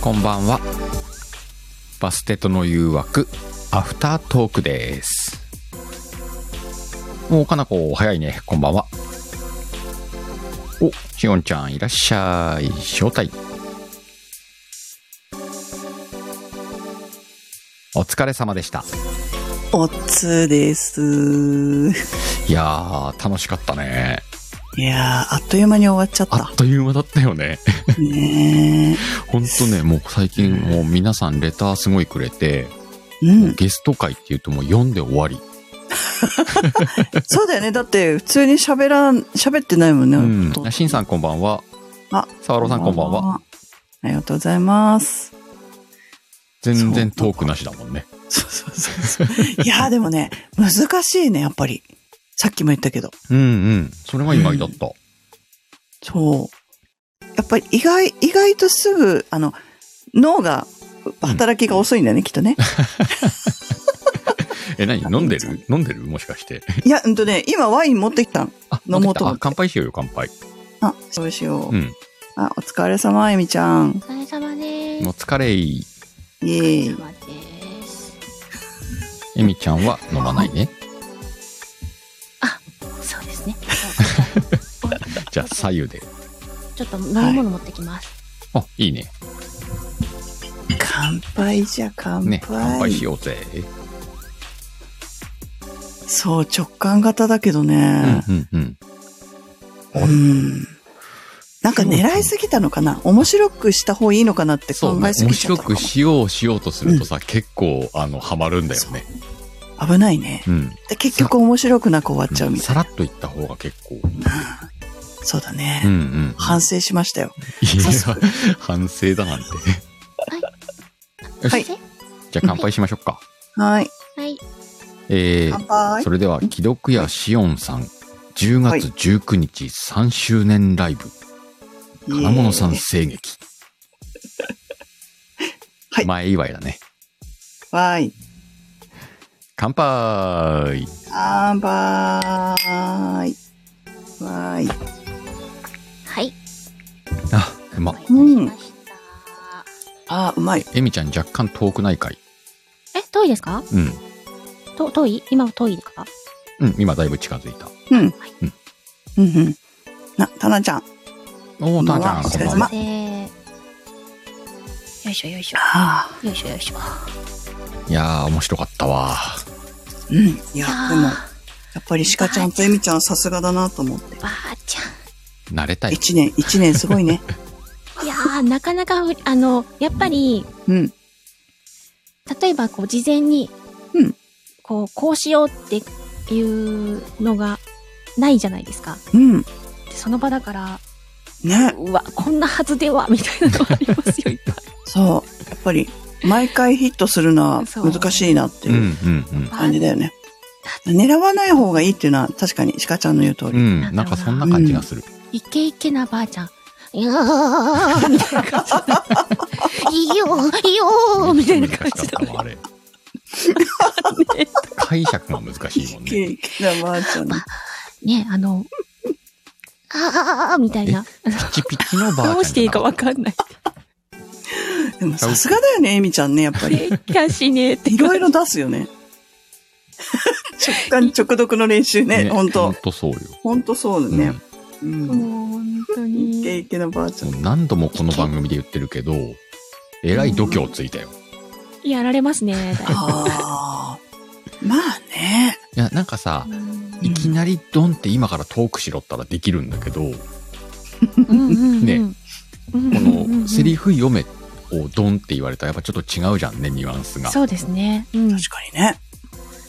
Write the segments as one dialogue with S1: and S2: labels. S1: こんばんはバステとの誘惑アフタートークですおかなこ早いねこんばんはおしおんちゃんいらっしゃい招待お疲れ様でした
S2: おつです。
S1: いやー楽しかったね
S2: いやー、あっという間に終わっちゃっ
S1: あ
S2: た
S1: っ。という間だったよね
S2: ね
S1: ほんとねもう最近もう皆さんレターすごいくれて
S2: え。うん。
S1: ゲスト会っていうともう読んで終わり
S2: そうだよね。だって、普通に喋らん、喋ってないもんね。
S1: うん
S2: ほとど。
S1: しんさんこんばんは。
S2: あ、
S1: さわろうさんこんばんは。。
S2: ありがとうございます。
S1: 全然トークなしだもんね。
S2: そうそうそうそう。いやー、でもね、難しいね、やっぱり。さっきも言ったけど。
S1: うんうん。それが意外だった。
S2: そう。やっぱり意外、意外とすぐ、あの、脳が、働きが遅いんだよね、きっと ね。
S1: え、何飲んでる飲んでるもしかして。
S2: いや、うんとね、今ワイン持ってきたの。
S1: あ、
S2: 飲もうと思って
S1: あ乾杯しようよ、乾杯。
S2: あ、そうしよう。
S1: うん。
S2: あ、お疲れ様、あゆみちゃん。
S3: お疲れ様で
S1: お
S3: す。
S1: 疲れい。
S2: イエ
S3: お
S2: ーイ。
S3: 様です。
S1: えみちゃんは飲まないね。
S3: そうですね。
S1: じゃあ、左右で。
S3: ちょっと飲み物持ってきます。
S1: あ、いいね。
S2: 乾杯じゃ乾杯,、
S1: ね。乾杯しようぜ。
S2: そう直感型だけど
S1: うん
S2: ね、
S1: うんうん。
S2: うんなんか狙いすぎたのかな面白くした方がいいのかなって考
S1: そうね
S2: え。す
S1: 面
S2: ぎちゃ
S1: 白
S2: ったのか
S1: く
S2: も
S1: しようしようとするとさ、結構、あの、ハマるんだよね。
S2: 危ないね
S1: うん。
S2: で結局面白くなく終わっちゃうみた
S1: さ
S2: い
S1: ら
S2: な、
S1: っといった方が結構。
S2: そうだね、
S1: うんうん。
S2: 反省しましたよ
S1: いや
S2: さす、
S1: 反省だなんて。よし
S2: はい
S1: じゃあ乾杯しましょう か。
S2: はい
S3: はい。
S1: え
S2: 乾
S1: ー、
S2: 杯
S1: それでは、既読やしおんさん、10月19日3周年ライブ、金物さん
S2: イエーイ
S1: 声劇。
S2: はい
S1: 前祝いだね。
S2: はい
S1: 乾杯
S2: 乾杯はい
S3: はい。
S1: あ、うま。
S2: うん
S3: わかりました
S2: あうまい
S1: えみちゃん若干遠くないかい
S3: え、遠いですか
S1: うん。
S3: と遠い今は遠いか
S1: うん、今だいぶ近づいた。
S2: うん、うんうんなタナちゃん
S1: お
S2: こん
S1: ー、
S2: ば
S1: た
S2: んは
S1: ーちゃん、こんばんは
S2: まお疲れ様。
S3: せーよいしょよいしょ。
S2: ああ
S3: よいしょよいしょ。
S1: いやー、面白かったわ。
S2: うんいやでも
S3: あ
S2: やっぱり鹿ちゃんとエミちゃんさすがだなと思って
S3: ー。ばあち
S1: 慣れたい。
S2: 一年、一年すごい ね。
S3: ゃん。いやー、なかなか、あの、やっぱり、
S2: うん。
S3: 例えばこう事前に、
S2: うん
S3: こうこうしようっていうのがないじゃないですか
S2: うん。
S3: でその場だから
S2: ね。
S3: うわこんなはずではみたいなのありますよいっぱい
S2: そう。やっぱり、毎回ヒットするのは難しいなって
S1: うん、
S2: いう
S1: うん、
S2: 感じだよね。狙わない方がいいっていうのは確かに鹿ちゃんの言う通
S1: うん。う
S2: り。
S1: ん、なんかそんな感じがする。
S3: イケイケなばあちゃんいやーみたいな感じいいよいいよーみたいな感
S1: 難
S3: じだ
S1: しかったわあ れ解釈が難しいもん
S2: きれ
S1: ね。
S2: いきれいなばあちゃんの。
S3: ねあのあーみたいな
S1: ピチピチのばあちゃんじゃな。
S3: どうしていいかわかんない
S2: でもさすがだよね、エミちゃんね、やっ ぱり。
S3: いやしねーって
S2: いろいろ出すよね。 直感、直読の練習ね。ほん
S1: ほん
S2: と。
S1: とそうよ。
S2: ほんとそうだ
S1: う
S2: ね
S1: ん。
S2: うん。
S3: もう本
S2: い
S3: 当
S2: け
S3: に
S2: いけなばあちゃん
S1: も。う何度もこの番組で言ってるけど、えらい度胸ついたよ。
S3: やられますねだいぶ
S2: ああ。まあね。
S1: いや、なんか さ、
S3: うん
S1: いきなりドンって今からトークしろったらできるんだけど、こね
S3: ねこ
S1: のセリ
S3: フ
S1: フ読めをドンって言われたらやっぱちょっと違うじゃんね、ニュアンスが。
S3: そうですね、うん、
S2: 確かにね。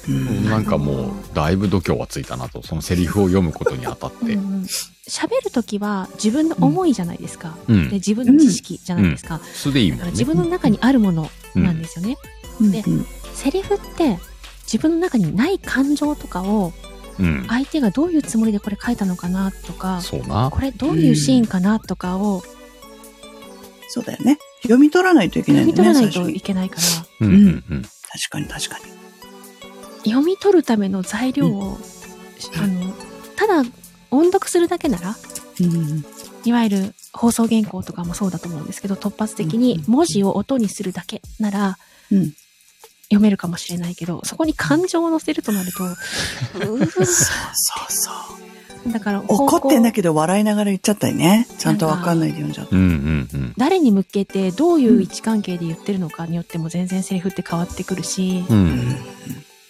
S2: うん
S1: なんかもう、だいぶ度胸はついたなと、そのセリフを読むことにあたって。
S3: うんうん喋るときは自分の思いじゃないですか、
S1: う
S3: で
S1: ん。
S3: 自分の知識じゃないですか、
S1: 素でいいも
S3: だ
S1: ん
S3: か
S1: ね。
S3: ら自分の中にあるものなんですよね、
S2: うん
S3: で
S2: うん
S3: セリフって自分の中にない感情とかを
S1: うん。
S3: 相手がどういうつもりでこれ書いたのかなとか
S1: そうな。
S3: これどういうシーンかなとかを
S2: そうだよね。読み取らないといけな
S3: 読
S2: い
S3: み
S2: んだ
S3: 取
S2: ね、
S3: らな
S2: 最初
S3: いと
S2: に
S3: い。けないから、
S1: うんうんうん。
S2: 確かに確かに。
S3: 読み取るための材料を、あのただ音読するだけなら
S2: うん。
S3: いわゆる放送原稿とかもそうだと思うんですけど、突発的に文字を音にするだけなら
S2: うん。
S3: 読めるかもしれないけど、そこに感情を乗せるとなると、うー
S2: そうそう。
S3: だから方向
S2: 怒ってんだけど笑いながら言っちゃったりね。ちゃんとわかんないで読んじゃった。
S1: うんうんうん
S3: 誰に向けてどういう位置関係で言ってるのかによっても全然セリフって変わってくるし、
S1: う
S2: うんん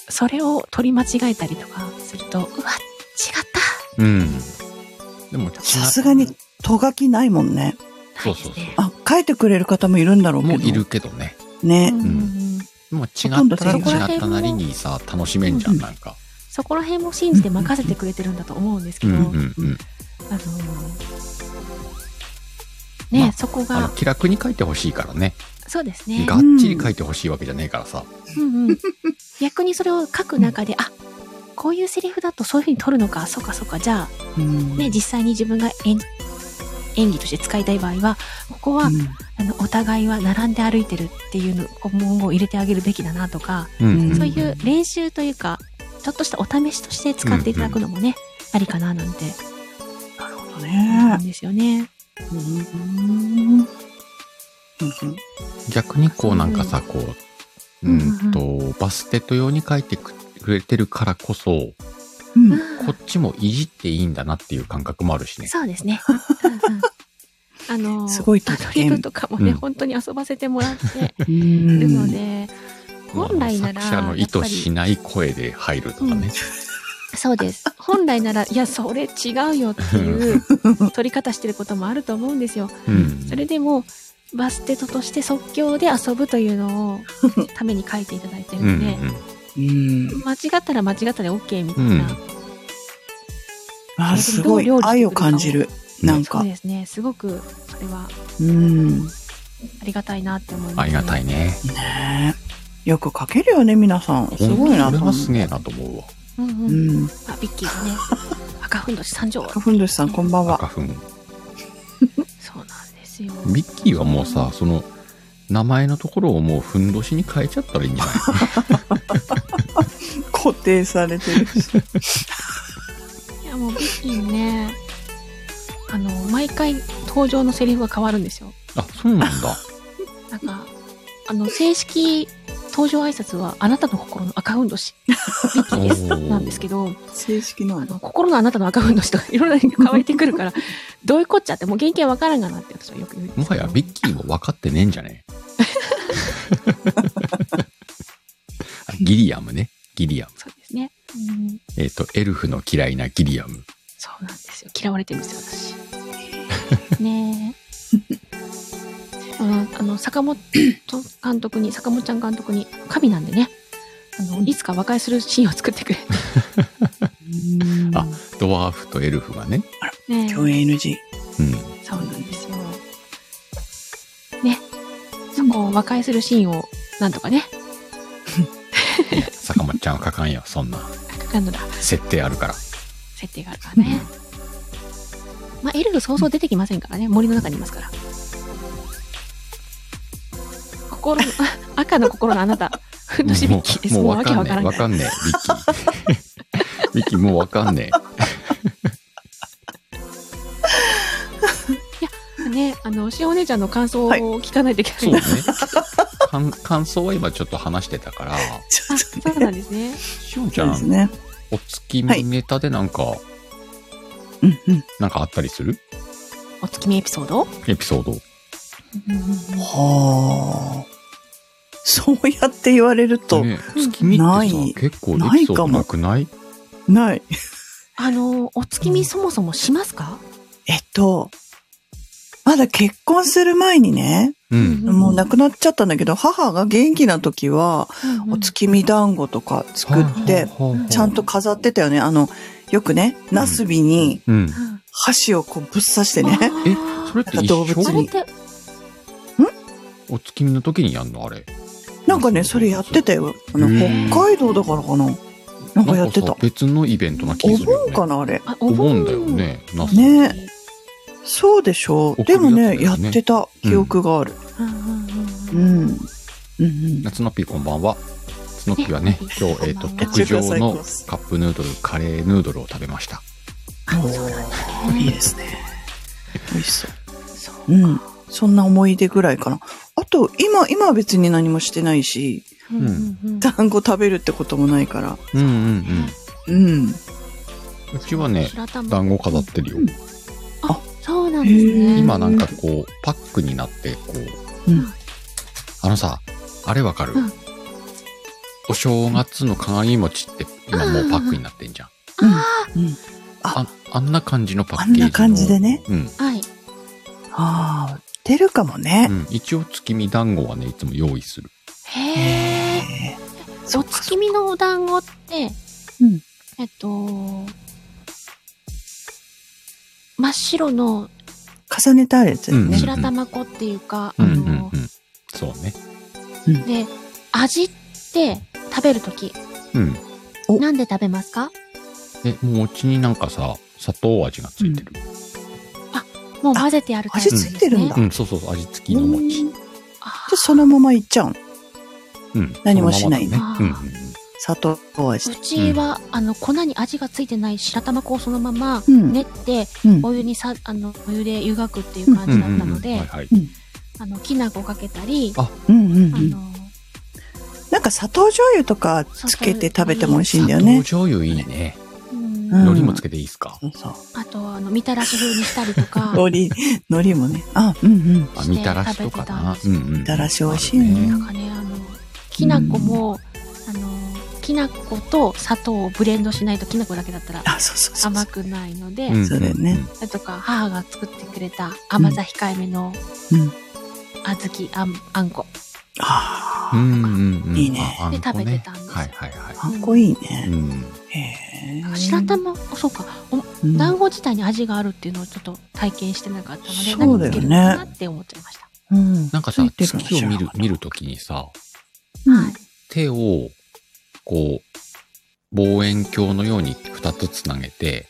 S3: それを取り間違えたりとかすると、うわ、違った
S1: うんでも
S2: さすがに、とがきないもんね。
S1: そうそうそう
S2: あ、書いてくれる方もいるんだろうけ
S1: も
S2: ど。
S1: ういる。けどね
S2: ね。
S3: うんうんうん
S1: まあ違
S2: ほとんど
S1: ったら
S2: そこら
S1: 違
S3: 辺
S1: った
S3: も
S1: なりにさ楽しめんじゃ
S2: うんん
S1: なんか
S3: そこら辺も信じて任せてくれてるんだと思うんですけ
S1: うん
S3: ど、
S1: うんうん
S3: あのね、
S1: まあ
S3: そこ
S1: あの
S3: が
S1: 気楽に書いてほしいからね
S3: そうですね
S1: がっちり書いてほしいわけじゃねえからさ
S3: うんうん、逆にそれを書く中で、あこういうセリフだとそういうふうに取るのかそうかそうかじゃあ、
S2: うん
S3: ね、実際に自分が演演技として使いたい場合はここは、
S2: うん
S3: あのお互いは並んで歩いてるっていうのこう文言を入れてあげるべきだなとか、
S1: うん
S2: うん
S3: そういう練習というかちょっとしたお試しとして使っていただくのもね、ありかななんて
S2: なるほど
S3: 思う
S2: ね
S3: ん。ですよね。
S2: うん。
S1: 逆にこうなんかさこうう
S3: うん
S1: んとバステット用に書いてくれてるからこそ
S2: うん
S1: こっちもいじっていいんだなっていう感覚もあるしね
S3: そうですね。うんうんあの
S2: すごい特
S3: アドリ
S2: 権
S3: ブとかもね、
S1: うん
S3: 本当に遊ばせてもらって
S2: うん
S3: るので、本来なら
S1: 作者の意図しない声で入るとかね、
S3: そうです。本来なら、いや、それ違うよっていう取り方してることもあると思うんですよ。
S1: うん
S3: それでも、バステトとして即興で遊ぶというの を、ために書いていただいてる
S1: うんう
S3: の
S1: ん
S3: で、
S2: うん。
S3: 間違ったら間違ったで OK みたい
S1: うん
S3: な、
S2: あ、すごい。愛を感じる。なん
S3: そう
S2: か。
S3: ですね。すごく、それは
S2: うん。
S3: ありがたいなって思いま
S1: あ
S3: す、
S1: りがたいね
S2: ねえ。よく書けるよね、皆さん。すごいな
S1: ことれ
S2: 思
S1: は
S2: う。
S1: すげえなと思うわ
S3: うん
S2: う
S3: うん。
S2: ん。
S3: あ、ビッキーがね、 赤ふんどし参上。
S2: カフンドシさん、こんばんは。
S1: 赤粉
S3: そうなんですよ。
S1: ミッキーはもうさその名前のところをもうふんどしに変えちゃったらいいんじゃない
S2: 固定されてるし。
S3: いやもうビッキーね、あの、毎回登場のセリフが変わるんですよ。
S1: あそうなんだ
S3: なんか、あの、正式登場挨拶は、あなたの心の赤ふんどし、ビッキーで す、
S1: おー
S3: なんですけど、
S2: 正式なの。
S3: あの、心のあなたの赤ふんどしとか、いろんなのが湧いてくる から、どういうこっちゃって、もう原型わからんがなって私はよく言うんで
S1: も
S3: すけ
S1: は
S3: ど
S1: やビッキーも分かってねえんじゃねえあギリアムねギリアム
S3: そうですね。うん、
S1: えっ、とエルフの嫌いなギリアム
S3: そうなんですよ。嫌われてるんですよ、 私。ねえ。うん、あの、坂本監督に、坂本ちゃん監督に、神なんでね、あの、いつか和解するシーンを作って くれ。
S1: あドワーフとエルフがね
S3: ねえ
S2: 共演 NG。
S1: うん
S3: そうなんですよ。ね。そこを和解するシーンを、なんとかね、
S1: いや坂本ちゃんは書かんよそんな
S3: なんだ、
S1: 設定あるから
S3: 設定があるからね。まあ、エルフそうそう出てきませんからね。森の中にいますから。心の、 あ赤の心のあなた、ふんどしびっきです。
S1: もう
S3: もう
S1: わ
S3: わけ
S1: か
S3: わ
S1: んね
S3: か
S1: え
S3: ら
S1: わ
S3: ない。
S1: かんねえビッキー ビッキーもうわかんね
S3: ね、あの、しお姉ちゃんの感想を聞かないといけ
S1: え
S3: な
S1: そう
S3: い。
S1: ね感感想は今ちょっと話してたから
S2: ちょ
S3: あ
S2: っ
S3: そうなんですね。
S1: しおん
S2: と
S1: ちゃ
S2: そうです
S1: ん、
S2: ね。
S1: お月見ネタでなんか、
S2: うんうん。
S1: なんかあったりする
S3: お月見エピソード、
S1: エピソード
S2: はあ。そうやって言われると、
S1: ね月見って
S2: ない
S1: さ結構エピソードなくない
S2: ない。
S3: あの、お月見そもそもしますか
S2: えっと、まだ結婚する前にね、
S1: うん
S2: もう亡くなっちゃったんだけど、母が元気な時は、お月見団子とか作って、ちゃんと飾ってたよね。あの、よくね、ナスビに
S1: うん
S3: うん
S2: 箸をこうぶっ刺してね。
S1: えそれって
S2: なんか動
S1: 一
S2: 物
S3: あれっ
S1: 生
S3: て
S1: お月見の時にやんのあれ
S2: なんかね、それやってたよ。あの、
S1: へ
S3: ー
S2: 北海道だからかな。なんかやって
S1: なんか
S2: た
S1: さ。別のイベントな気
S2: お
S1: するよ
S2: 盆
S1: ね
S2: かな、あれ。
S3: あ
S1: お盆だよねナス
S2: ねそうでしょう。
S1: 送る
S2: でもね、
S1: や
S2: やっ
S1: つだよね
S2: てた記憶がある。
S3: うんうんう
S2: うん
S3: うん
S2: ん。うんうん。
S1: 夏のピーこんばんは夏のピーはね
S3: ね
S1: 今日、えー、と
S3: こんばんは
S1: 特上の
S2: めっちゃ最
S1: カップヌードルカレーヌードルを食べました
S2: おーいいですね。美味しそう。うん。そんな思い出ぐらいかな。あと、今、今は別に何もしてないし、
S3: うんうんうん
S2: 団子食べるってこともないから。
S1: うんうんうん。
S2: うん。
S1: うちはね、
S3: 白玉
S1: 団子飾ってるよ。
S3: あそうなんですね
S1: 今なんかこう、パックになって、こう、
S2: うん
S1: あのさ、あれわかる、
S3: うん
S1: お正月の鏡餅って今もうパックになってんじゃん。
S3: あ
S1: ああんな感じのパッケージの。
S2: あんな感じでね。
S1: うん。
S3: ーはい
S2: ああ、売ってるかも
S1: う
S2: ね。
S1: ん、一応月見団子はね、いつも用意する。
S3: へえ
S2: えーそ
S3: お
S2: っか
S3: 月見のお団子って、
S2: うん
S3: えっと、真っ白の
S2: 重ねたやつだよね。
S1: うん
S3: 白玉粉っていうか、
S1: うんうん
S3: あ
S1: うん
S3: の、。
S1: そうね。
S3: で、味って食べるとき、
S1: うん。
S2: お
S3: なんで食べますか
S1: え、餅になんかさ、砂糖味がついてる。
S3: もう混ぜてあるタイプ
S2: 味
S3: です
S2: つ
S3: ね
S2: いてるんだ。
S1: う
S2: じ
S1: ん、そうそうそう、味付きの餅。
S3: あ
S2: ゃそのままいっちゃうん。
S1: うん。
S2: 何もしない
S1: そのままだね。
S3: あー
S1: うんうんうん。
S2: 砂糖味
S3: う。ちは、あの、粉に味がついてない白玉粉をそのまま
S2: うん
S3: 練って、
S2: うん。
S3: お湯にさ、あの、お湯で湯がくっていう感じだったので、
S1: うんうんうんはいはい。
S3: あの、きな粉かけたり、
S2: うんうん
S3: あ
S2: うん。
S3: の、
S2: なんか砂糖醤油とかつけて食べても美味しいんだよ
S1: 砂糖
S2: ね。
S1: 醤油いいね。
S3: うん
S2: うん
S1: 海苔もつけていいですか、
S2: そうそう。
S3: あと、あの、みたらし風にしたりとか、
S2: 海苔、海苔もね。あ、うんうん。
S1: あ、みたらしとかな。
S3: して
S1: うん
S3: 食
S1: う
S3: べてたんで
S1: ん。み
S2: たらし美味しいね
S3: なんかね、あの、きな粉も、あの、きな粉と砂糖をブレンドしないときな粉だけだったら
S2: あ、そうそうそう。
S3: 甘くないので、
S1: うん
S2: そうだよね。
S3: それとか母が作ってくれた甘さ控えめの
S2: うん
S3: 小豆あんあんこ
S2: あ
S1: う
S2: あ、
S1: んうんうん。
S2: いいね
S1: ああんこね
S3: で食べてたんです
S1: はいはいは
S2: かっこいいね
S1: い。う。ん。
S2: へえ。
S3: 白玉そうか
S2: うん
S3: 団子自体に味があるっていうのをちょっと体験してなかったので、
S2: そうだ
S3: 何
S2: よね
S3: つけるのかなって思っちゃいました、
S2: うん。
S1: なんかさ、
S2: ついてるの
S1: 月を見
S2: 知らな
S1: る
S2: かっ、た
S1: 見るときにさ、
S2: うん
S1: 手を、こう、望遠鏡のように二つつなげて、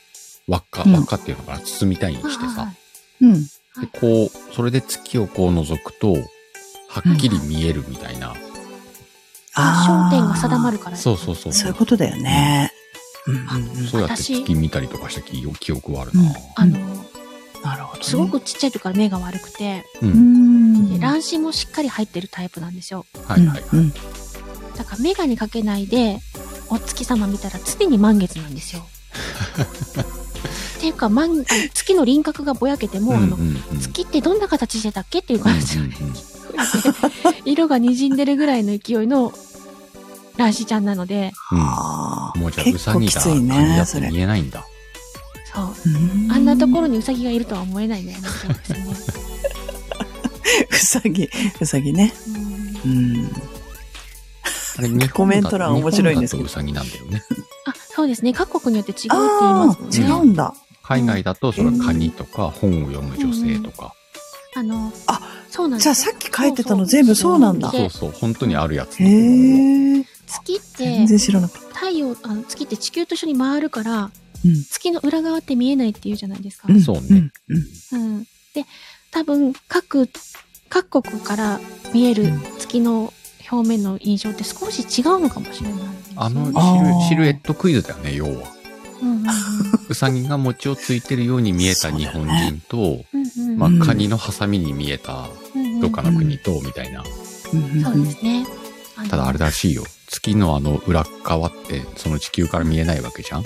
S1: 輪っか、
S2: うん
S1: 輪っかっていうのかな、筒みたいにして
S3: はい
S1: さ、
S2: うん。
S1: で、こう、それで月をこう覗くと、はっきり見えるみたいな。
S3: 焦点が定ま
S2: る。
S3: るから
S1: そうそうそう。
S2: そういうことだよね。うんうんうん。
S1: そうやって
S3: 私
S1: 月見たりとかした記記憶はあるな。
S3: あの
S2: なるほどね。
S3: すごくちっちゃい時から目が悪くて、
S1: う。
S2: うんん。
S3: で卵子もしっかり入ってるタイプなんですよ
S1: はいはいはい。
S2: うん
S3: だから眼鏡かけないでお月様見たら常に満月な んですよっていうか満あの月の輪郭がぼやけて
S1: う
S3: も、
S1: ん
S3: あ
S1: う
S3: の
S1: んうん
S3: 月ってどんな形してたっけっていう感じ、
S1: うんうんうん
S3: 色が滲んでるぐらいの勢いの卵子ちゃんなので
S2: あ
S1: もうじ
S2: あ、
S1: ゃあ、ウ
S2: 結
S1: サ
S2: 構
S1: ギ
S2: き
S1: だ、
S2: つい
S1: カニだ
S2: ね、
S1: っ
S2: そ
S1: て
S2: れ。
S1: 見えないんだ。
S3: そう
S2: うん
S3: あんなところにウサギがいるとは思えないんだよねそうですね
S2: うさぎ、うさぎね。
S3: うん
S2: うん。
S1: あ れ、日
S2: コメント欄面白いんですけ
S1: 本
S2: ど
S1: だとウサギなんだよね。
S3: あそうですね各国によって違うって言いま
S2: ああ、
S3: す
S2: 違
S3: もんね
S2: うんだ。
S1: 海外だと、それはカニとか、本を読む女性とか。
S3: あの
S2: あ
S3: そうなん
S2: じゃあ
S3: です
S2: さっき書いてたの全部そうなんだ。
S3: う
S2: へ
S3: ん
S1: そうそう、本当にあるやつ。
S2: え。
S3: 月って
S2: 全然知らなかっ
S3: 太陽あの月って地球と一緒に回るから、
S2: うん
S3: 月の裏側って見えないっていうじゃないですか。
S2: た。ん
S1: そうね。
S2: うんうん
S3: うんで多分各各国から見える月の表面の印象って少し違うのかもしれないですね、
S1: あの
S2: あー
S1: シル、シルエットクイズだよね、要は。
S3: うんうんうん
S1: ウサギが餅をついてるように見えた日本人と、
S3: うんうん
S1: ま
S2: う
S1: あ、
S2: ん
S1: カニのハサミに見えた、
S3: うんうん
S1: どっかの国と、みたいな。
S2: うん
S3: そうですね。の
S1: ただあれらしいよ。月のあの裏側って、その地球から見えないわけじゃん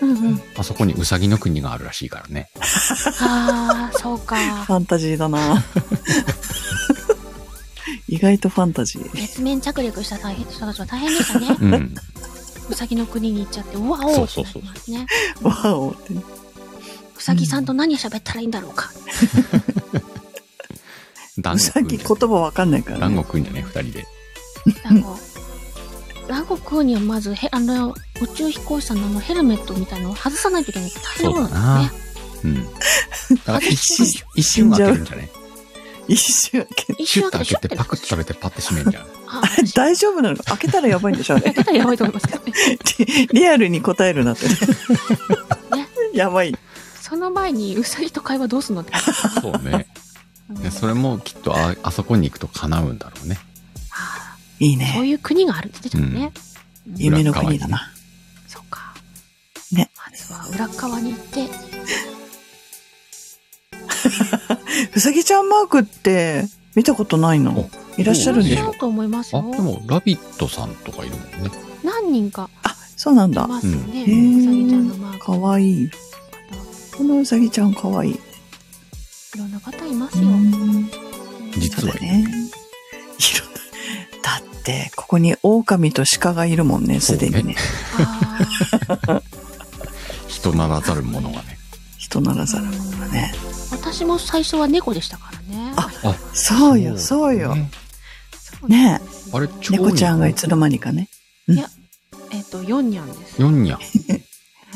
S3: うんうん、
S1: あそこにウサギの国があるらしいからね。
S3: ああそう
S2: フ
S3: か
S2: ァンタジーだな。 意外とファンタジー。
S3: 月面着陸した大変人たちは大変でしたね。
S1: うん。
S3: うさぎの国に行っちゃってうわ
S1: そ
S3: お
S1: う
S3: っ
S1: そうそ
S3: てな
S1: う
S3: りますね。
S2: わおって。
S3: うさぎさんと何を喋ったらいいんだろうか。
S1: 団
S2: う
S1: 子
S2: さ
S1: 食うん
S2: ぎ
S1: じ
S2: 言
S1: ゃね
S2: 葉わかんないから
S1: 団子
S2: ね。
S1: 食うんじゃね二人で。
S3: 団子団子食うにはまずへあの宇宙飛行士さんのあのヘルメットみたいなのを外さないといけないって大変なことなんですね。
S1: うん。だから一瞬、一瞬開けるんじゃね
S2: 一瞬開け。
S3: 一
S1: シュッ
S3: 瞬
S1: と開
S3: 開け
S1: け
S3: て
S1: て
S3: シュッ
S1: パクッと食べてパッと閉めるんじゃん。
S3: あ
S2: あれ大丈夫なのか開けたらやばいんでしょあれ
S3: 開けたらやばいと思いますけどね。
S2: リアルに答えるなってね
S3: ね。
S2: やばい。
S3: その前にうさぎと会話どうすんのって感じですね。
S1: そうね。
S3: うん
S1: でそれもきっとあ、あそこに行くと叶うんだろうね。
S3: あ
S2: いい
S3: ーそう
S2: ね。
S3: いう国があるって言ってたもんね。うん
S2: 夢の国だな。
S3: そうか。
S2: ね。
S3: まずは裏側に行って。
S2: うさぎちゃんマークって見たことないのいらっしゃるんでし
S3: い
S2: ょ
S3: らっしゃると思います
S1: あ、
S3: よ
S1: で。も、ラビットさんとかいるもんね。
S3: 何人か
S2: あ、そうなん
S3: い
S2: だ。
S3: ますね。
S2: う
S3: うんん、さぎちゃんのマー
S2: か
S3: ク。
S2: わいい。このうさぎちゃんかわいい。
S3: いろんな方います
S2: う
S3: よ。
S2: ん
S1: 実
S2: そう
S1: は
S2: だ
S1: いる
S2: ね。いろんなだって、ここに狼と鹿がいるもんね、すでにね。
S3: あー
S1: 人ならざる者がね。
S2: 人ならざるものがね。
S3: 私も最初は猫でしたからね。
S2: あそうよ、そうよ。
S1: ね
S3: そうなんですよ
S1: あれ、ちょ
S2: 猫ちゃんがいつの間にかね。
S3: えっと、ヨンニャンです。
S1: ヨンニャン。
S3: はい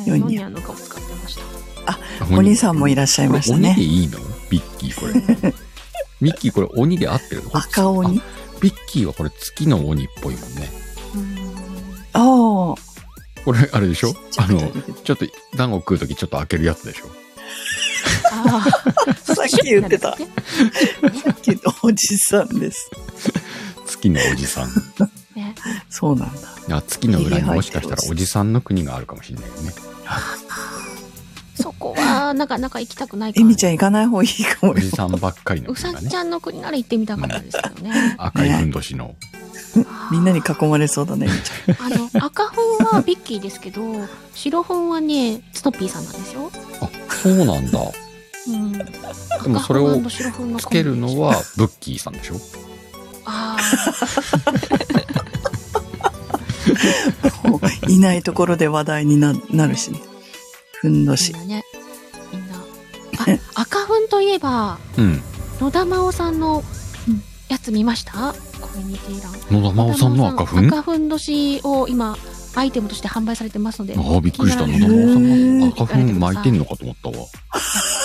S2: ヨ
S3: ヨ
S2: ン
S3: ン
S2: ニャン
S3: ニャンの顔使ってました。
S2: お兄さんもいらっしゃい
S1: こ
S2: ま
S1: れ
S2: した
S1: 鬼で
S2: ね。
S1: いいのビッキー これ。ミッキーこれ鬼で合ってる
S2: 赤鬼。
S1: ビッキーはこれ月の鬼っぽいもんね。
S2: ああ。
S1: これあれでしょあの、
S2: さ
S1: ちょっと団子食うときちょっと開けるやつでしょ
S3: あ
S2: っき 言って た。さ
S3: ね
S2: っきのおじさんです。
S1: 月のおじ さん。
S3: ね
S2: そうなんだ。
S1: いや月の裏にもしかしたらおじさんの国があるかもしれないよね。
S3: そこは、なかなか行きたくない
S2: え
S3: ら
S2: みちゃん行かない方がいいかも
S1: おじ
S2: よ。
S1: さんばっかりの
S3: うさ
S1: 国が
S3: ぎ
S1: ね
S3: ち。ゃんの国なら行ってみたかったんですけどね。
S1: 赤いふんどしの。
S2: みんなに囲まれそう だね、みち
S3: あの、赤本はビッキーですけど、白本はね、スノッピーさんなんですよ。
S1: あ、そうなん だ。
S3: うん。
S1: でもそれをつけるの
S3: は。
S1: はブッキーさんでしょ
S3: ああ、
S2: ゃん。もういないところで話題にななるしね。ふんど
S3: みん
S2: し。
S3: なね。みんな。あ、 赤粉といえば、
S1: うん。
S3: 野田真央さんのやつ見ましたコミュニティ欄。
S1: 野田真央さんの赤ふんあ
S3: 赤粉年を今、アイテムとして販売されてますので、
S1: あ、びっくりした。野田真
S2: も
S1: 央さん
S2: へ
S1: が
S2: ー
S1: 赤ふん巻いてんのかと思ったわ。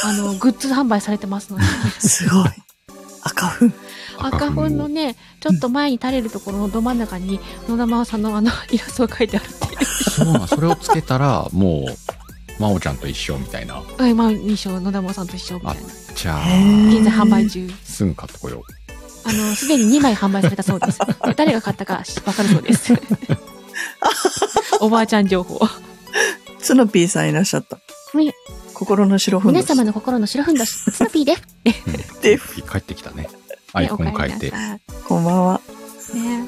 S3: あの、グッズ販売されてますので、
S2: すごい。赤ふん。
S3: 赤
S1: を
S3: 本のね、ちょっと前に垂れるところのど真ん中に、野田真央さんのあの、イラストが書いてあるっていう。
S1: そうなん、それをつけたら、もう、真央ちゃんと一緒みたいな。
S3: はい、まあ、二章、野田真央さんと一緒みたいな。
S1: じゃあ、
S2: へー
S3: 現在販売中。
S1: すぐ買ってこよう。
S3: あの、すでに2枚販売されたそうです。誰が買ったかわかるそ うです。おばあちゃん情報。
S2: ツノピーさんいらっしゃった。
S3: はい
S2: 心の白ふんど
S3: 皆
S2: し。
S3: 様の心の白ふんどし、スナピーです。
S2: で
S1: 帰ってきたね。アイコン変えて。
S3: ね
S2: こんばんは。
S3: お帰りなさいね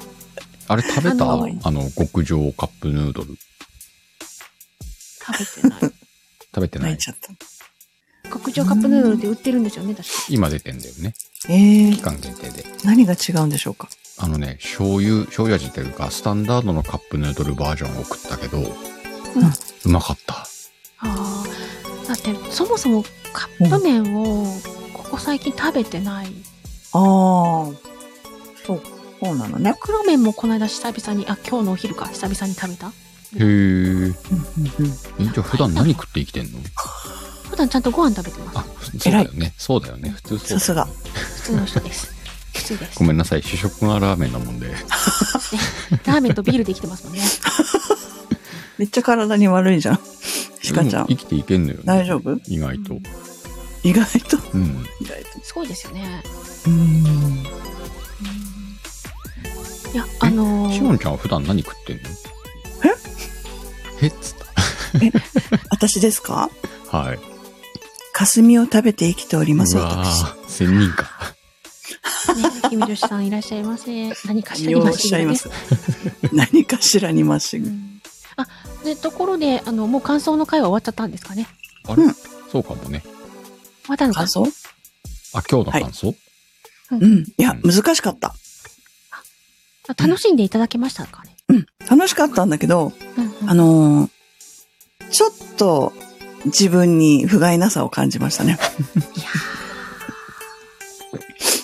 S1: あれ食べた
S3: あ
S1: あ
S3: の
S1: の極上カップヌードル。
S3: 食べてない。
S1: 食べてな
S2: 泣
S1: い
S2: い。ちゃった。
S3: 極上カップヌードルで売ってるんですよね、確か
S1: 今出てんだよね。
S2: え
S1: 期
S2: ー、
S1: 間限定で。
S2: 何が違うんでしょうか。
S1: あのね、醤油、醤油味というか、スタンダードのカップヌードルバージョンを送ったけど、うまかった。
S3: ああ。だって、そもそもカップ麺を、ここ最近食べてない。
S2: ああ。そう。そうなのね。
S3: 黒麺もこの間久々に、あ、今日のお昼か、久々に食べた。
S1: へー
S2: うんうんうん
S1: え。じゃあ普段何食って生きてんの
S3: 普段ちゃんとご飯食べてます。
S1: あ、そうだよね。そうだよね。普通そうだよね
S2: さすが。
S3: 普通の人です。普通です
S1: ご。めんなさい。主食がラーメンなもんで。
S3: ラーメンとビールできてますもんね。
S2: めっちゃ体に悪いじゃん。シカち
S1: で
S2: ゃん。
S1: も生きていけんのよね。
S2: 大丈夫
S1: 意外と。
S2: 意外と。
S1: うん。
S2: 意外と。
S3: すごいですよね。
S2: うん。
S3: いや、あのー
S1: しおんちゃんは普段何食ってんのええっつっ
S2: 私ですか
S1: た。はい。
S2: 霞を食べて生きております、
S1: うわ
S2: 私。
S1: ー仙人か。
S3: ね、君女子さんいらっしゃいませ。何かしら
S2: い
S3: に
S2: ら
S3: ま
S2: っ
S3: し
S2: しゃ
S3: て
S2: い
S3: ね
S2: ま。す。 何かしらにまっし
S3: う
S2: ぐ。
S3: んあ、で、ところで、あの、もう感想の回は終わっちゃったんですかね。
S1: あれ
S2: うん
S1: そうかもね。
S3: 終わったのか
S2: 感。想
S1: あ、今日の感想
S2: うん。いや、
S1: うん
S2: 難しかった。
S3: あ楽しんでいただけましたかね。
S2: うん。楽しかったんだけど、
S3: うん
S2: あのーちょっと自分に不甲斐なさを感じましたね。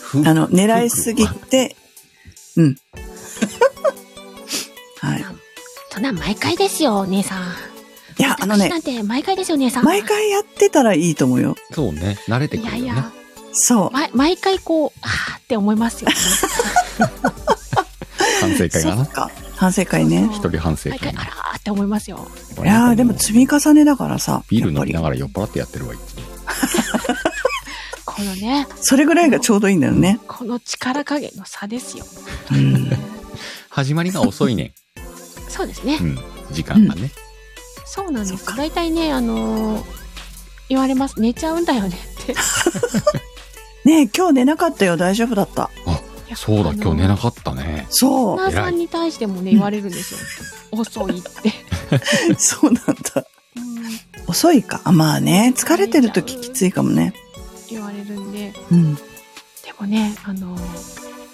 S1: ふ
S2: あの、狙いすぎて、うん。 はい。
S3: そんな毎回ですよ、お姉さん。
S2: いや、あの
S3: 私
S2: ね
S3: な、んて毎回ですよ、お姉さん。
S2: 毎回やってたらいいと思うよ。
S1: そうね。慣れて
S3: い
S1: く
S3: や
S1: る
S3: い
S1: よね
S3: や。、
S2: そう。
S3: ま毎回こう、あーって思いますよね。
S1: 反省会が
S2: そ
S1: な
S2: っ。か。反省会ね。
S1: 一人反省
S3: 毎
S1: 会な
S3: 回、あら。ーって思いますよ。
S1: こ
S2: い
S1: れなん
S2: や
S1: か
S2: ー、でも積み重ねだからさ。
S1: ビール飲み
S2: や
S1: なが
S2: っぱ
S1: ら酔っ払ってやってるわ、いつも。
S3: このね、
S2: りそれぐらいがちょうどいいんだよね。
S3: この力加減の差ですよ。
S2: うん。
S1: 始まりが遅いね。
S3: そうですね
S1: う。ん。時間がね。
S3: そうなんで
S2: そ
S3: す
S2: っか
S3: 大体ねあのー言われます寝ちゃうんだよねって
S2: ねえ今日寝なかったよ大丈夫だった
S3: いや
S1: そうだ、
S3: あの
S1: 今日寝なかったね。
S2: そ
S3: パートナーさんに対してもね、言われるんですよ。 遅いって。
S2: う そうなんだ遅いかあまあね疲れてる時きついかもね
S3: 言われるんで、
S2: うん
S3: でもね、あの、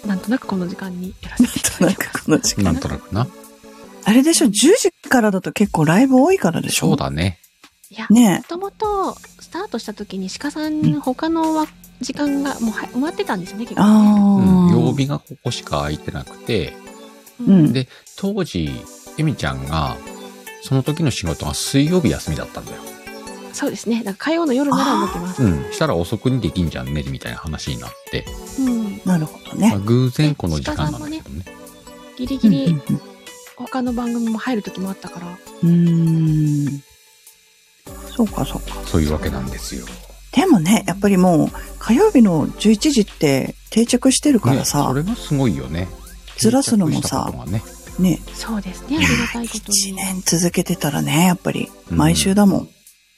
S3: なんとなくこの時間にやらせていただ
S2: ないん
S3: てま
S2: か
S3: す。
S2: この時間
S1: なんとなくな。
S2: あれでしょ10時からだと結構ライブ多いからでしょ
S1: そうだね。
S3: いや、
S2: ね
S3: もともとスタートした時に鹿さん、他のわ時間がもうは埋まってたんですよね、結
S2: えあ
S3: 構ね。
S1: う
S2: あ、
S1: ん、曜日がここしか空いてなくて、
S2: うん
S1: で当時、エミちゃんが、その時の仕事が水曜日休みだったんだよ。
S3: そうですね。だから火曜の夜なら動きます。
S1: うん。したら遅くにできんじゃんね、みたいな話になって、
S3: うん。
S2: なるほど
S1: まあ、
S2: ね
S1: 偶然この時間なんだけどね。
S3: ギリギ
S2: う
S3: リ
S2: ん
S3: 他の番組も入る時もあったから。
S2: うんうんそうかそうか
S1: そういうわけなんですよ。
S2: でもねやっぱりもう火曜日の11時って定着してるか
S1: ね、
S2: らさ
S1: それがすごいよね。
S2: ずらすのもさ
S1: 定着したことがね
S2: ね
S3: そうですね。ありがたいこと
S2: 1
S3: に。
S2: 年続けてたらねやっぱり
S1: うん
S2: 毎週だもん、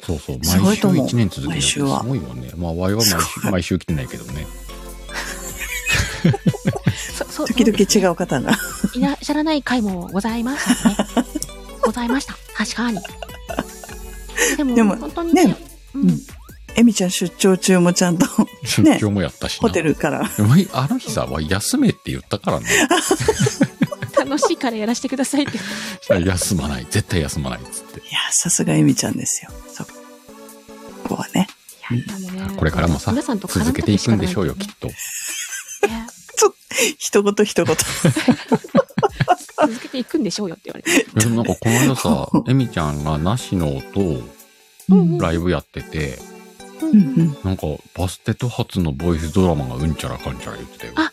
S1: そうそう、毎
S2: すごい
S1: 週
S2: と思う
S1: 1年続けるってす
S2: 毎週は
S1: ごいよね。まあ、我々は毎
S2: すご
S1: 週
S2: い
S1: 毎週来てないけ どね。
S3: そそう
S2: 時々違 う方が
S3: いらっしゃらない回もございましたね。ございました。確かに。でも、
S2: でも
S3: 本当にね
S2: ね
S3: うん
S2: うんエミちゃん出張中もちゃんと
S1: 出張もやったしな。
S2: ホテルから
S1: お前あの日さ、お前休めって言ったから ね。
S3: 楽しいからやらせてくださいって。
S1: したら休まない、絶対休まないっつって。
S2: いやさすがエミちゃんですよそこはね
S3: いやでもね
S1: これからもさ
S3: 皆さんと絡んだ
S1: 続けていくんでしょうよ、き
S3: 時
S1: っと。
S3: しかないね
S2: 一言一言
S3: 続けていくんでしょうよって言われて。
S1: でもなんかこの間 さ、エミちゃんがなしのと
S3: うん
S1: ライブやってて、
S3: う
S2: うん
S3: ん
S2: う
S3: うん
S2: ん
S1: なんかバステト初のボイスドラマがうんちゃらかんちゃら言ってたよ。
S3: あ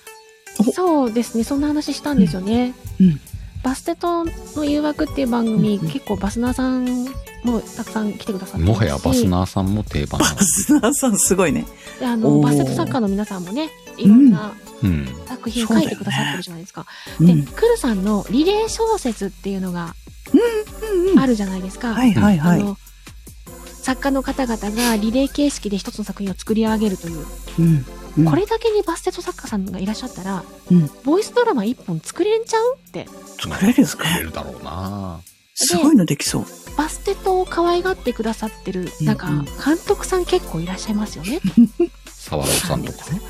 S3: そうですね、そんな話したんですよね。
S2: うん
S3: バステトの誘惑っていう番組、
S2: うんうん
S3: 結構バスナーさんもたくさん来てくださって
S1: もはやバス
S3: ー
S1: ナーさんも定番
S2: バ
S1: な
S2: スナーさんすごいね
S3: あの
S2: おー
S3: バステト作家の皆さんもね、いろんな
S1: うん。
S3: 作品書いてくださってるじゃないですか。
S2: う
S3: で、
S2: ん
S3: クルさんのリレー小説っていうのが
S2: うんうん
S3: あるじゃないですか。
S2: はいはい
S3: あ
S2: はい
S3: の作家の方々がリレー形式で一つの作品を作り上げるという、
S2: うんうん
S3: これだけにバステト作家さんがいらっしゃったら、
S2: うん
S3: ボイスドラマ一本作れんちゃうって
S2: 作れるよ
S1: 作れ
S2: ね
S1: るだろうな
S2: すごいのできそう
S3: バステトを可愛がってくださってるなんか
S2: うんうん
S3: 監督さん結構いらっしゃいますよね。
S1: 沢朗さんとかね。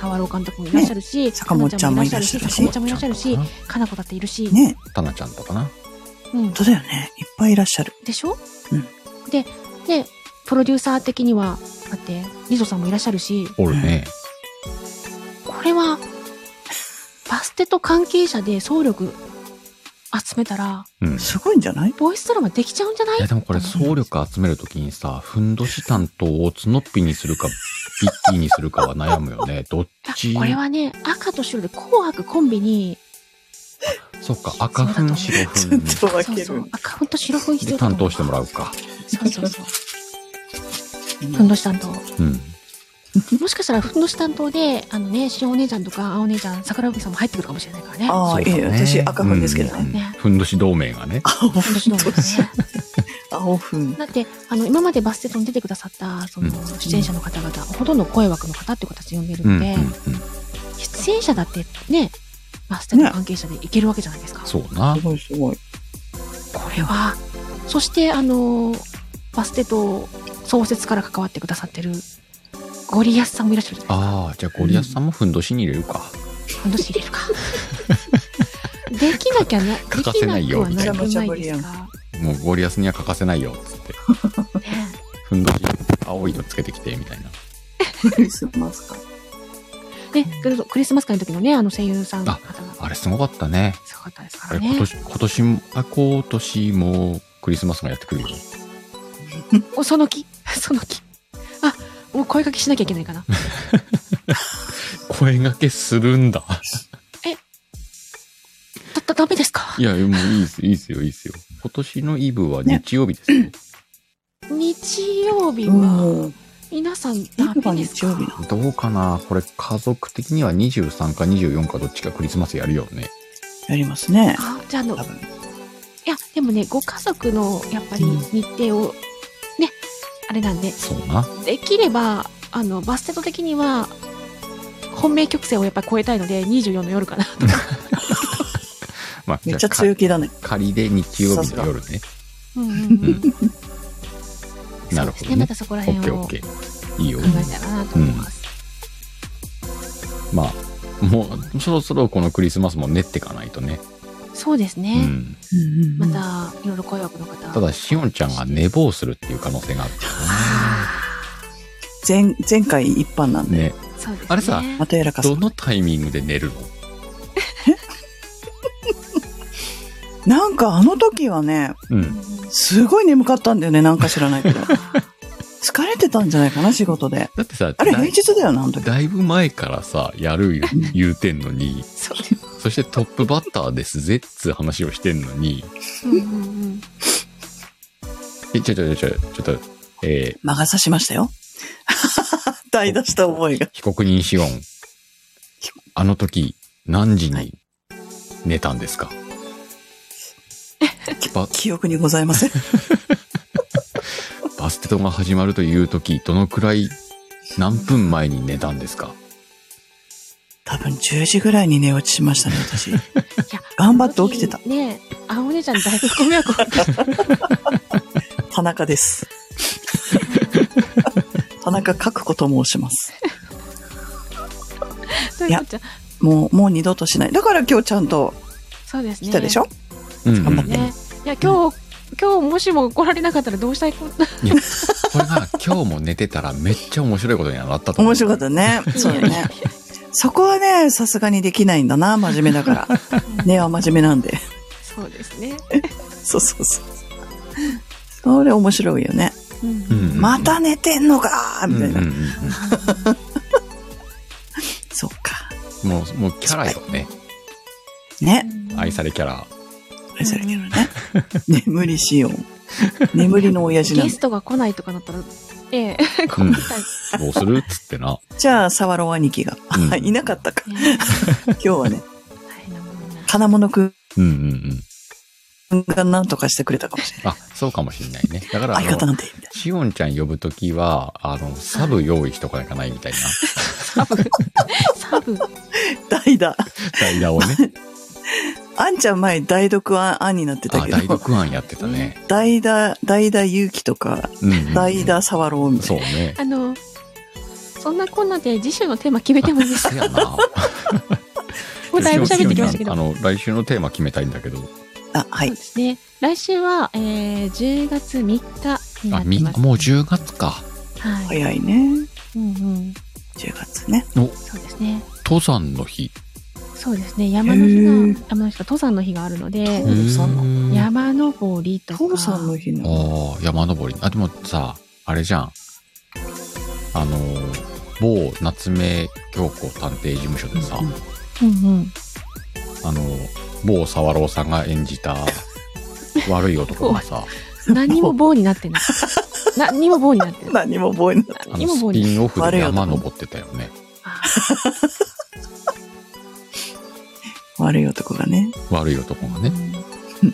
S3: ハワロー監督もいらっしゃるし、
S2: 坂本ちゃんもいらっしゃるし
S3: 坂本ちゃんもいらっしゃるし、
S1: かな
S3: かなこだっているし、
S2: ね
S1: タナちゃんとかな。
S3: うん、
S2: 本当だよねいっぱいいらっしゃる
S3: でしょ、
S2: うん
S3: で、で、プロデューサー的には、だって、リゾさんもいらっしゃるし、
S1: おるね。
S3: これは、バステと関係者で総力集めたら、
S1: うん。
S2: すごいんじゃない
S3: ボイスドラマできちゃうんじゃない
S1: いやでもこれ総力集めるときにさ、ふんどし担当を角っぴにするか、ビッキーにするかは悩むよね。どっ
S3: あ
S1: ち
S3: これはね、赤と白で紅白コンビに、
S1: そうか、赤ふん、白
S2: ち
S1: ふ
S2: ゃ
S1: ん
S2: んと分
S3: そ
S2: け
S3: うそ
S2: る
S3: う、赤本と白粉必
S1: で
S3: 要だ
S1: 担
S3: と思
S1: 当してもらうか。
S3: そうそうそう。ふんどし担当。
S1: うん。
S3: もしかしたらふんどし担当で、あのね、しお姉ちゃんとか、あお姉ちゃん、桜吹さんも入ってくるかもしれないからね。
S2: ああ、
S1: そう
S2: い
S1: だね
S2: え、私赤粉ですけどね。
S1: うんうんふんどし同盟がね。
S2: 青粉
S3: ふんどしの方がね。
S2: 青粉。
S3: だってあの今までバステットに出てくださったその
S1: うん
S3: 出演者の方々、ほとんど声枠の方っていう形で呼んでる
S1: うん
S3: ん
S1: うん
S3: で、
S1: うん。
S3: 出演者だってねバステット関係者でいけるわけじゃないですか、
S1: そうな
S2: す。ごいすごい。
S3: これはそしてあのバステット創設から関わってくださってるゴリアスさんもいらっしゃるじゃないですか
S1: ああ、じゃあゴリアスさんもふんどしに入れるか。
S3: 今年入れるか できなきゃな
S1: 欠かせないよ
S3: できなくはなくないです
S2: み
S3: か、
S1: もうゴリアスには欠かせないよ、つって。
S3: ね、
S1: ふんどし、青いのつけてきて、みたいな。
S2: クリスマスか。
S3: でクリスクリスマス会の時のねあの声優さんの方が
S1: あれすごかったね。
S3: すごかったですか
S1: あ
S3: ら
S1: れ
S3: ね
S1: 今年、今年も、あ、今年もクリスマスがやってくるよ。
S3: おその気 その気あもう声かけしなきゃいけない かな
S1: 声掛けするんだ。
S3: だだダメですか
S1: いや、もういいです、いいですよ、いいですよ。今年のイブは日曜日ですよ。
S3: 日曜日
S2: う
S3: は
S2: ん。
S3: 皆さん
S2: イ
S3: ダ
S2: ブが
S3: メです
S2: 日曜
S3: か
S2: 日な。
S1: どうかなこれ家族的には23か24かどっちかクリスマスやるよね。
S2: やりますね。
S3: あじゃああの
S2: 多分。
S3: いやでもねご家族のやっぱり
S2: うん
S3: 日程をねあれなんで
S1: そうな。
S3: できればあのバステト的には本命曲線をやっぱり超えたいので24の夜かなとか、
S1: まあ、
S2: めっち
S1: じ
S2: ゃ
S1: ゃあ
S2: 強気だね。
S1: 仮で日曜日の夜ね。
S3: うんうん
S1: う
S3: うん
S1: ん、なるほど
S3: ま
S1: ね
S3: た。そこら
S1: オッ
S3: 辺
S1: ケー
S3: を
S1: オッ
S3: 考
S1: ケー。いいよ
S3: え。たらなと思います、
S1: まあ、もうそろそろこのクリスマスも練っていかないとね。
S3: そうです
S1: う
S3: ね、
S1: ん。
S2: また
S3: またいろいろ声枠の方
S1: ただ、しおんちゃんが寝坊するっていう可能性があるか
S2: 前前回一般なん
S1: ら
S2: で、
S1: ね。
S3: そうですね
S1: あれさ
S2: またやらかす
S1: ど。のタイミングで寝るの
S2: なんかあの時はね、
S1: うん。
S2: すごい眠かったんだよね、なんか知らな いけど。疲れてたんじゃないかな、仕事で。
S1: だってさ、
S2: あれ
S1: だ
S2: 平
S1: い
S2: 日だよな、あの時。
S1: だいぶ前からさ、やる よ
S2: うん
S1: 言うてんのに、
S3: そう
S1: そしてトップバッターですぜっつう話をしてんのに、
S3: うんうんうん
S1: え、ちょちょちょちょ、ちょっと、えー
S2: 魔が差しまし たよ。台出した覚えが。
S1: 被告人シオン、あの時、何時
S2: は
S1: に寝たんですか、バ
S2: 記憶にございません。
S1: バステトが始まるという時、どのくらい、何分前に寝たんですか
S2: 多分10時ぐらいに寝落ちしましたね、私。
S3: いや
S2: 頑張って起きてた。
S3: ねえあお姉ちゃんにだいぶご迷惑をかけた
S2: 田 中です。田中角子と申します。
S3: ということじゃ
S2: もう、もう二度としない。だから今日ちゃんと
S3: そうですね
S2: 来たでしょ、
S1: うんうん、
S2: 頑張って
S3: ねいや今日、今日もしも来られなかったらどうしたいこと
S1: いや、これが今日も寝てたらめっちゃ面白いことにはなったと思う。
S2: 面白かったね。そうだね。そこはね、さすがにできないんだな、真面目だ から。根は真面目なんで。
S3: そうですね。
S2: そうそうそう。それ面白いよね。
S3: うん
S1: うん
S2: また寝てんのかーみたいな。
S1: うんうん
S2: そうか。
S1: うんもう、もうキャラよね。
S2: ね。
S1: 愛されキャ ラ。
S2: 愛されてるね。眠りしよう。眠りの親父なん
S3: ゲ
S2: で
S3: ス。トが来ないとかなったら、 ええ、
S1: う
S3: こん
S1: ん
S3: な感
S1: どうするっつってな。
S2: じゃあ、サワロー兄貴が。
S1: うん
S2: あ いなかったか。
S3: じね
S2: 今日はね、
S3: 大変なものになる
S2: 金物く
S1: うんうんうん。
S2: んが何とかしてくれたかもしれない。
S1: あ、そうかもしれないね。だから、あ
S2: 相方
S1: の
S2: なんて、みたい
S1: しおんちゃん呼ぶときは、あの、サブ用意しとかなきゃないみたいな。
S3: サブ。サブ。
S2: な。代打。
S1: 代打をね。
S2: あんちゃん前、代読あんになってた
S1: あ、
S2: け
S1: 代
S2: ど、
S1: 読案やってたね。
S2: 代打、代打勇気とか、
S1: うんうんうん
S2: 代打サワローみたいな。
S1: そうね。
S3: あの、そんなこんなで次週のテーマ決めてもいいですか
S1: せやな。
S3: もうだいぶ喋ってきましたけど。
S1: あ
S3: そ
S1: の、来週のテーマ決めたいんだけど。
S2: あ、は
S3: う
S2: い
S3: で。すね。来週は、えー、10月3日にな
S1: あ、
S3: ってます、
S1: みんな、もう10月か。
S3: はい。
S2: 早いね。
S3: うんうん。
S2: 10月ね。
S3: そうですね。
S1: 登山の日。
S3: そうですね。山の日
S2: へ
S3: が
S2: ー、
S3: 山の日が登山の日があるので、
S2: うんそうな
S1: うーん
S3: 山登りとか。
S2: 父さんの日の。
S1: ああ、山登り。あ、でもさ、あれじゃん。あのー、某夏目京子探偵事務所でさ、
S2: うん
S3: うんうん。
S1: あのー、某沢朗さんが演じた悪い男が さ、
S3: 何にも棒になってない。何にも棒になって ない。
S2: 何も覚えない。
S1: あ
S3: 何に
S1: の
S3: も
S1: ス
S3: 棒になって
S1: ピンオフ
S2: 悪
S1: で
S2: い男
S1: 山登ってたよね。
S2: 悪い男がね。
S1: 悪い男がね。
S3: ない。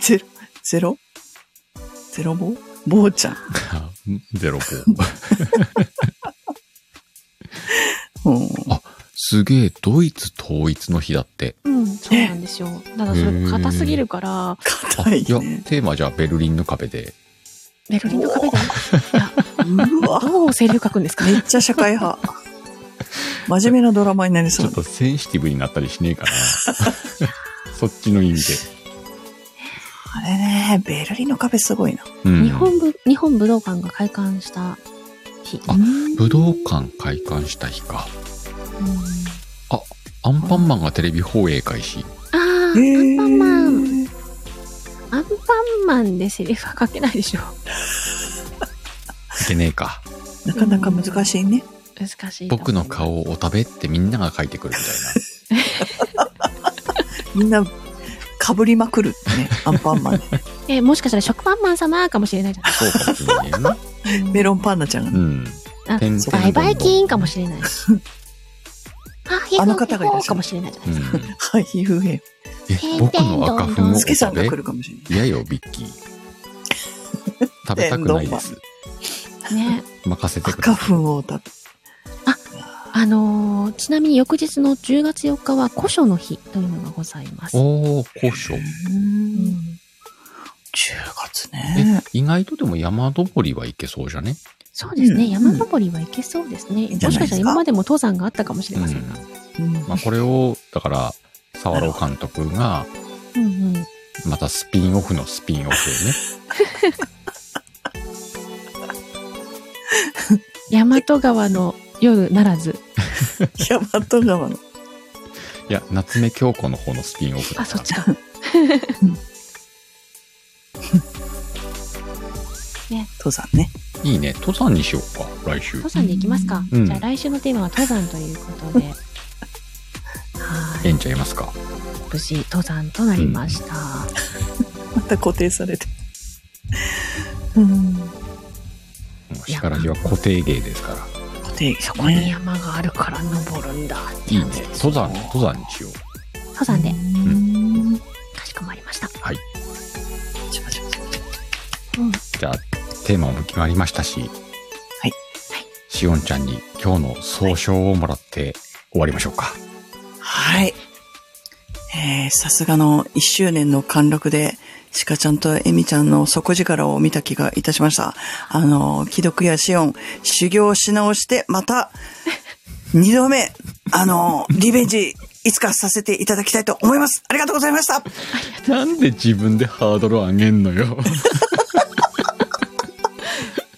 S2: ゼロ、ゼロゼロ棒棒ちゃん。
S1: ゼロ個。
S2: うん。
S1: すげえ、ドイツ統一の日だって。
S3: うん、そうなんですよ。ただそれ硬すぎるから、
S1: あ
S2: 硬
S1: いや
S2: い、ね。
S1: テーマじゃあベルリンの壁で。
S3: ベルリンの壁で、
S2: うわ。
S3: どう清流書くんですか
S2: めっちゃ社会派。真面目なドラマになり
S1: ち
S2: そ
S1: ょ
S2: う
S1: っ。とセンシティブになったりしねえ かな。そっちの意味で。
S2: あれね、ベルリンの壁すごいな。
S1: うん
S3: 日本部、日本武道館が開館した日。
S1: あ武道館開館した日か。
S3: うん
S1: アンパンマンがテレビ放映開始。
S3: あー、
S2: へー
S3: アンパンマン。アンパンマンでセリフは書けないでしょ。
S1: いけねえか。
S2: なかなか難しいね。
S3: 難しいと思
S1: 僕
S3: う
S1: の。顔をお食べってみんなが書いてくるみ
S2: みんな、かぶりまくるってね。アンパンマン ね。
S3: え、もしかしたら食パンマン様かもしれないじ
S1: たいな。そうかもしれないよな。
S3: ゃん。
S2: メロンパンナちゃんが
S1: う
S2: ね。
S1: ん。
S3: あ
S1: てん
S2: そう
S3: バイバイキーンかも
S1: し
S3: しれない し。あ、ひ
S2: あの
S3: の
S2: 方
S3: 方
S2: がいらっしゃる
S3: かもしれないじゃない
S1: れ
S3: ですか。
S1: ない。うん
S2: はい、ひふへ。
S1: え、僕の赤粉をお
S2: スケさん
S1: 食
S2: が
S1: べ
S2: 来るかもしれない。
S1: 嫌よ、ビ ッキー。食べたくないです。
S3: ね
S1: 任せてくだ
S2: 赤
S1: さい。
S2: 粉を食べ。
S3: あのーちなみに翌日の10月4日は古書の日というのがございます。
S1: おお、古書。
S2: 10
S3: ん
S2: 月
S1: え
S2: ね。、
S1: 意外とでも山登りはいけそうじゃね
S3: そうですね、
S2: うん
S3: 山登りは行けそうですね。
S2: いんじゃ
S3: も
S2: な
S3: し
S2: いです
S3: か
S2: か
S3: したら今までも登山があったかもしれ
S1: う
S3: ま
S1: ん
S3: せんが。。
S1: まあこれを、だから、沢朗監督が、
S3: うんうん
S1: またスピンオフのスピンオフ
S3: 大和川の夜ならず。
S2: ヤマト川の。
S1: でね。いや、夏目京子の方のスピンオフだ
S3: あ、
S1: か
S3: そ
S1: ら
S3: っちか。
S2: 登山ね。
S1: いいね。登山にしようか、来週。
S3: 登山で行きますか。
S1: うん
S3: じゃあ来週のテーマは登山ということで。は
S1: え
S3: い
S1: えんちゃいますか。
S3: 無事登山となりました。
S2: また固定されて。うん。
S1: もう干からびは固定芸ですから。
S2: 固定、そ
S3: ここに。山があるから登るんだ。
S1: いいね。登山、登山にしよう。
S3: 登山で。
S2: うん。
S3: かしこまりました。
S2: しましょう
S1: じゃあ、テーマも決まりましたし。はい
S2: はい。
S1: しおんちゃんに今日の総称をもらって終わりましょうか。
S2: はい。えー、さすがの1周年の貫禄で、シカちゃんとエミちゃんの底力を見た気がいたしました。あの、既読やシオン、修行し直して、ま た、二度目、あの、リベンジ、いつかさせていただきたいと思います。ありがとうございました。
S1: なんで自分でハードル上げんのよ。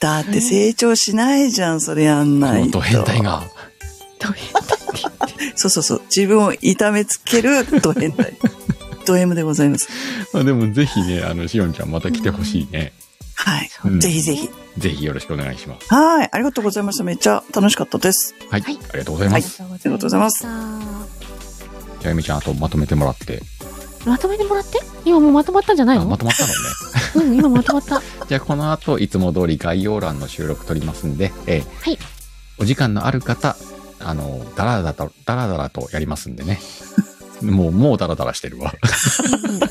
S2: だって成長しないじゃん、それやんないと。
S1: 元変態が。
S3: どういう
S2: そうそうそう。自分を痛めつける、ド変 態。ド M でございます。
S1: まあでもぜひね、あの、しおんちゃんまた来てほしいね。
S2: はい。
S1: うん
S2: ぜひぜひ。
S1: ぜひよろしくお願いします。
S2: はい。ありがとうございました。めっちゃ楽しかったです。
S1: はい。
S3: は
S1: あ
S3: い
S1: りがとうございます。
S3: あ
S2: りがとうございます
S3: りがとうございま
S1: じゃあ、ゆみちゃん、あとまとめてもらって。
S3: したまとめてもらって今もうまとまったんじゃない
S1: あ、
S3: の、
S1: まとまったのね。
S3: うん、今まと まった。
S1: じゃあ、この後、いつも通り概要欄の収録取りますんで、えー
S3: はい
S1: お時間のある方、あの、だらだらと、だらだらとやりますんでね。 もう、もうだらだらしてるわ。
S3: うんうんだ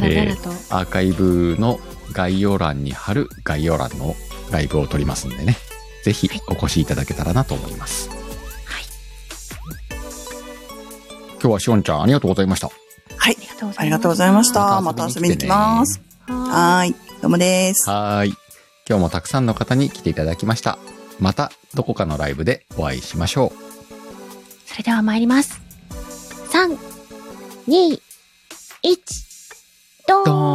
S3: らだらと。
S1: アーカイブの概要欄に貼る概要欄のライブを撮りますんでね。ぜひお越しいただけたらなと思います。
S3: はい。
S1: 今日はしおんちゃんありがとうございました。
S2: はい
S3: あ。りがとうございます。
S2: ありがとうございました。また遊びに来ます。。
S3: は
S2: はい。どうもです。
S1: はーい。今日もたくさんの方に来ていただきました。またどこかのライブでお会いしましょ
S3: い。それでは参ります。3、2、1、
S1: う。
S3: ドーン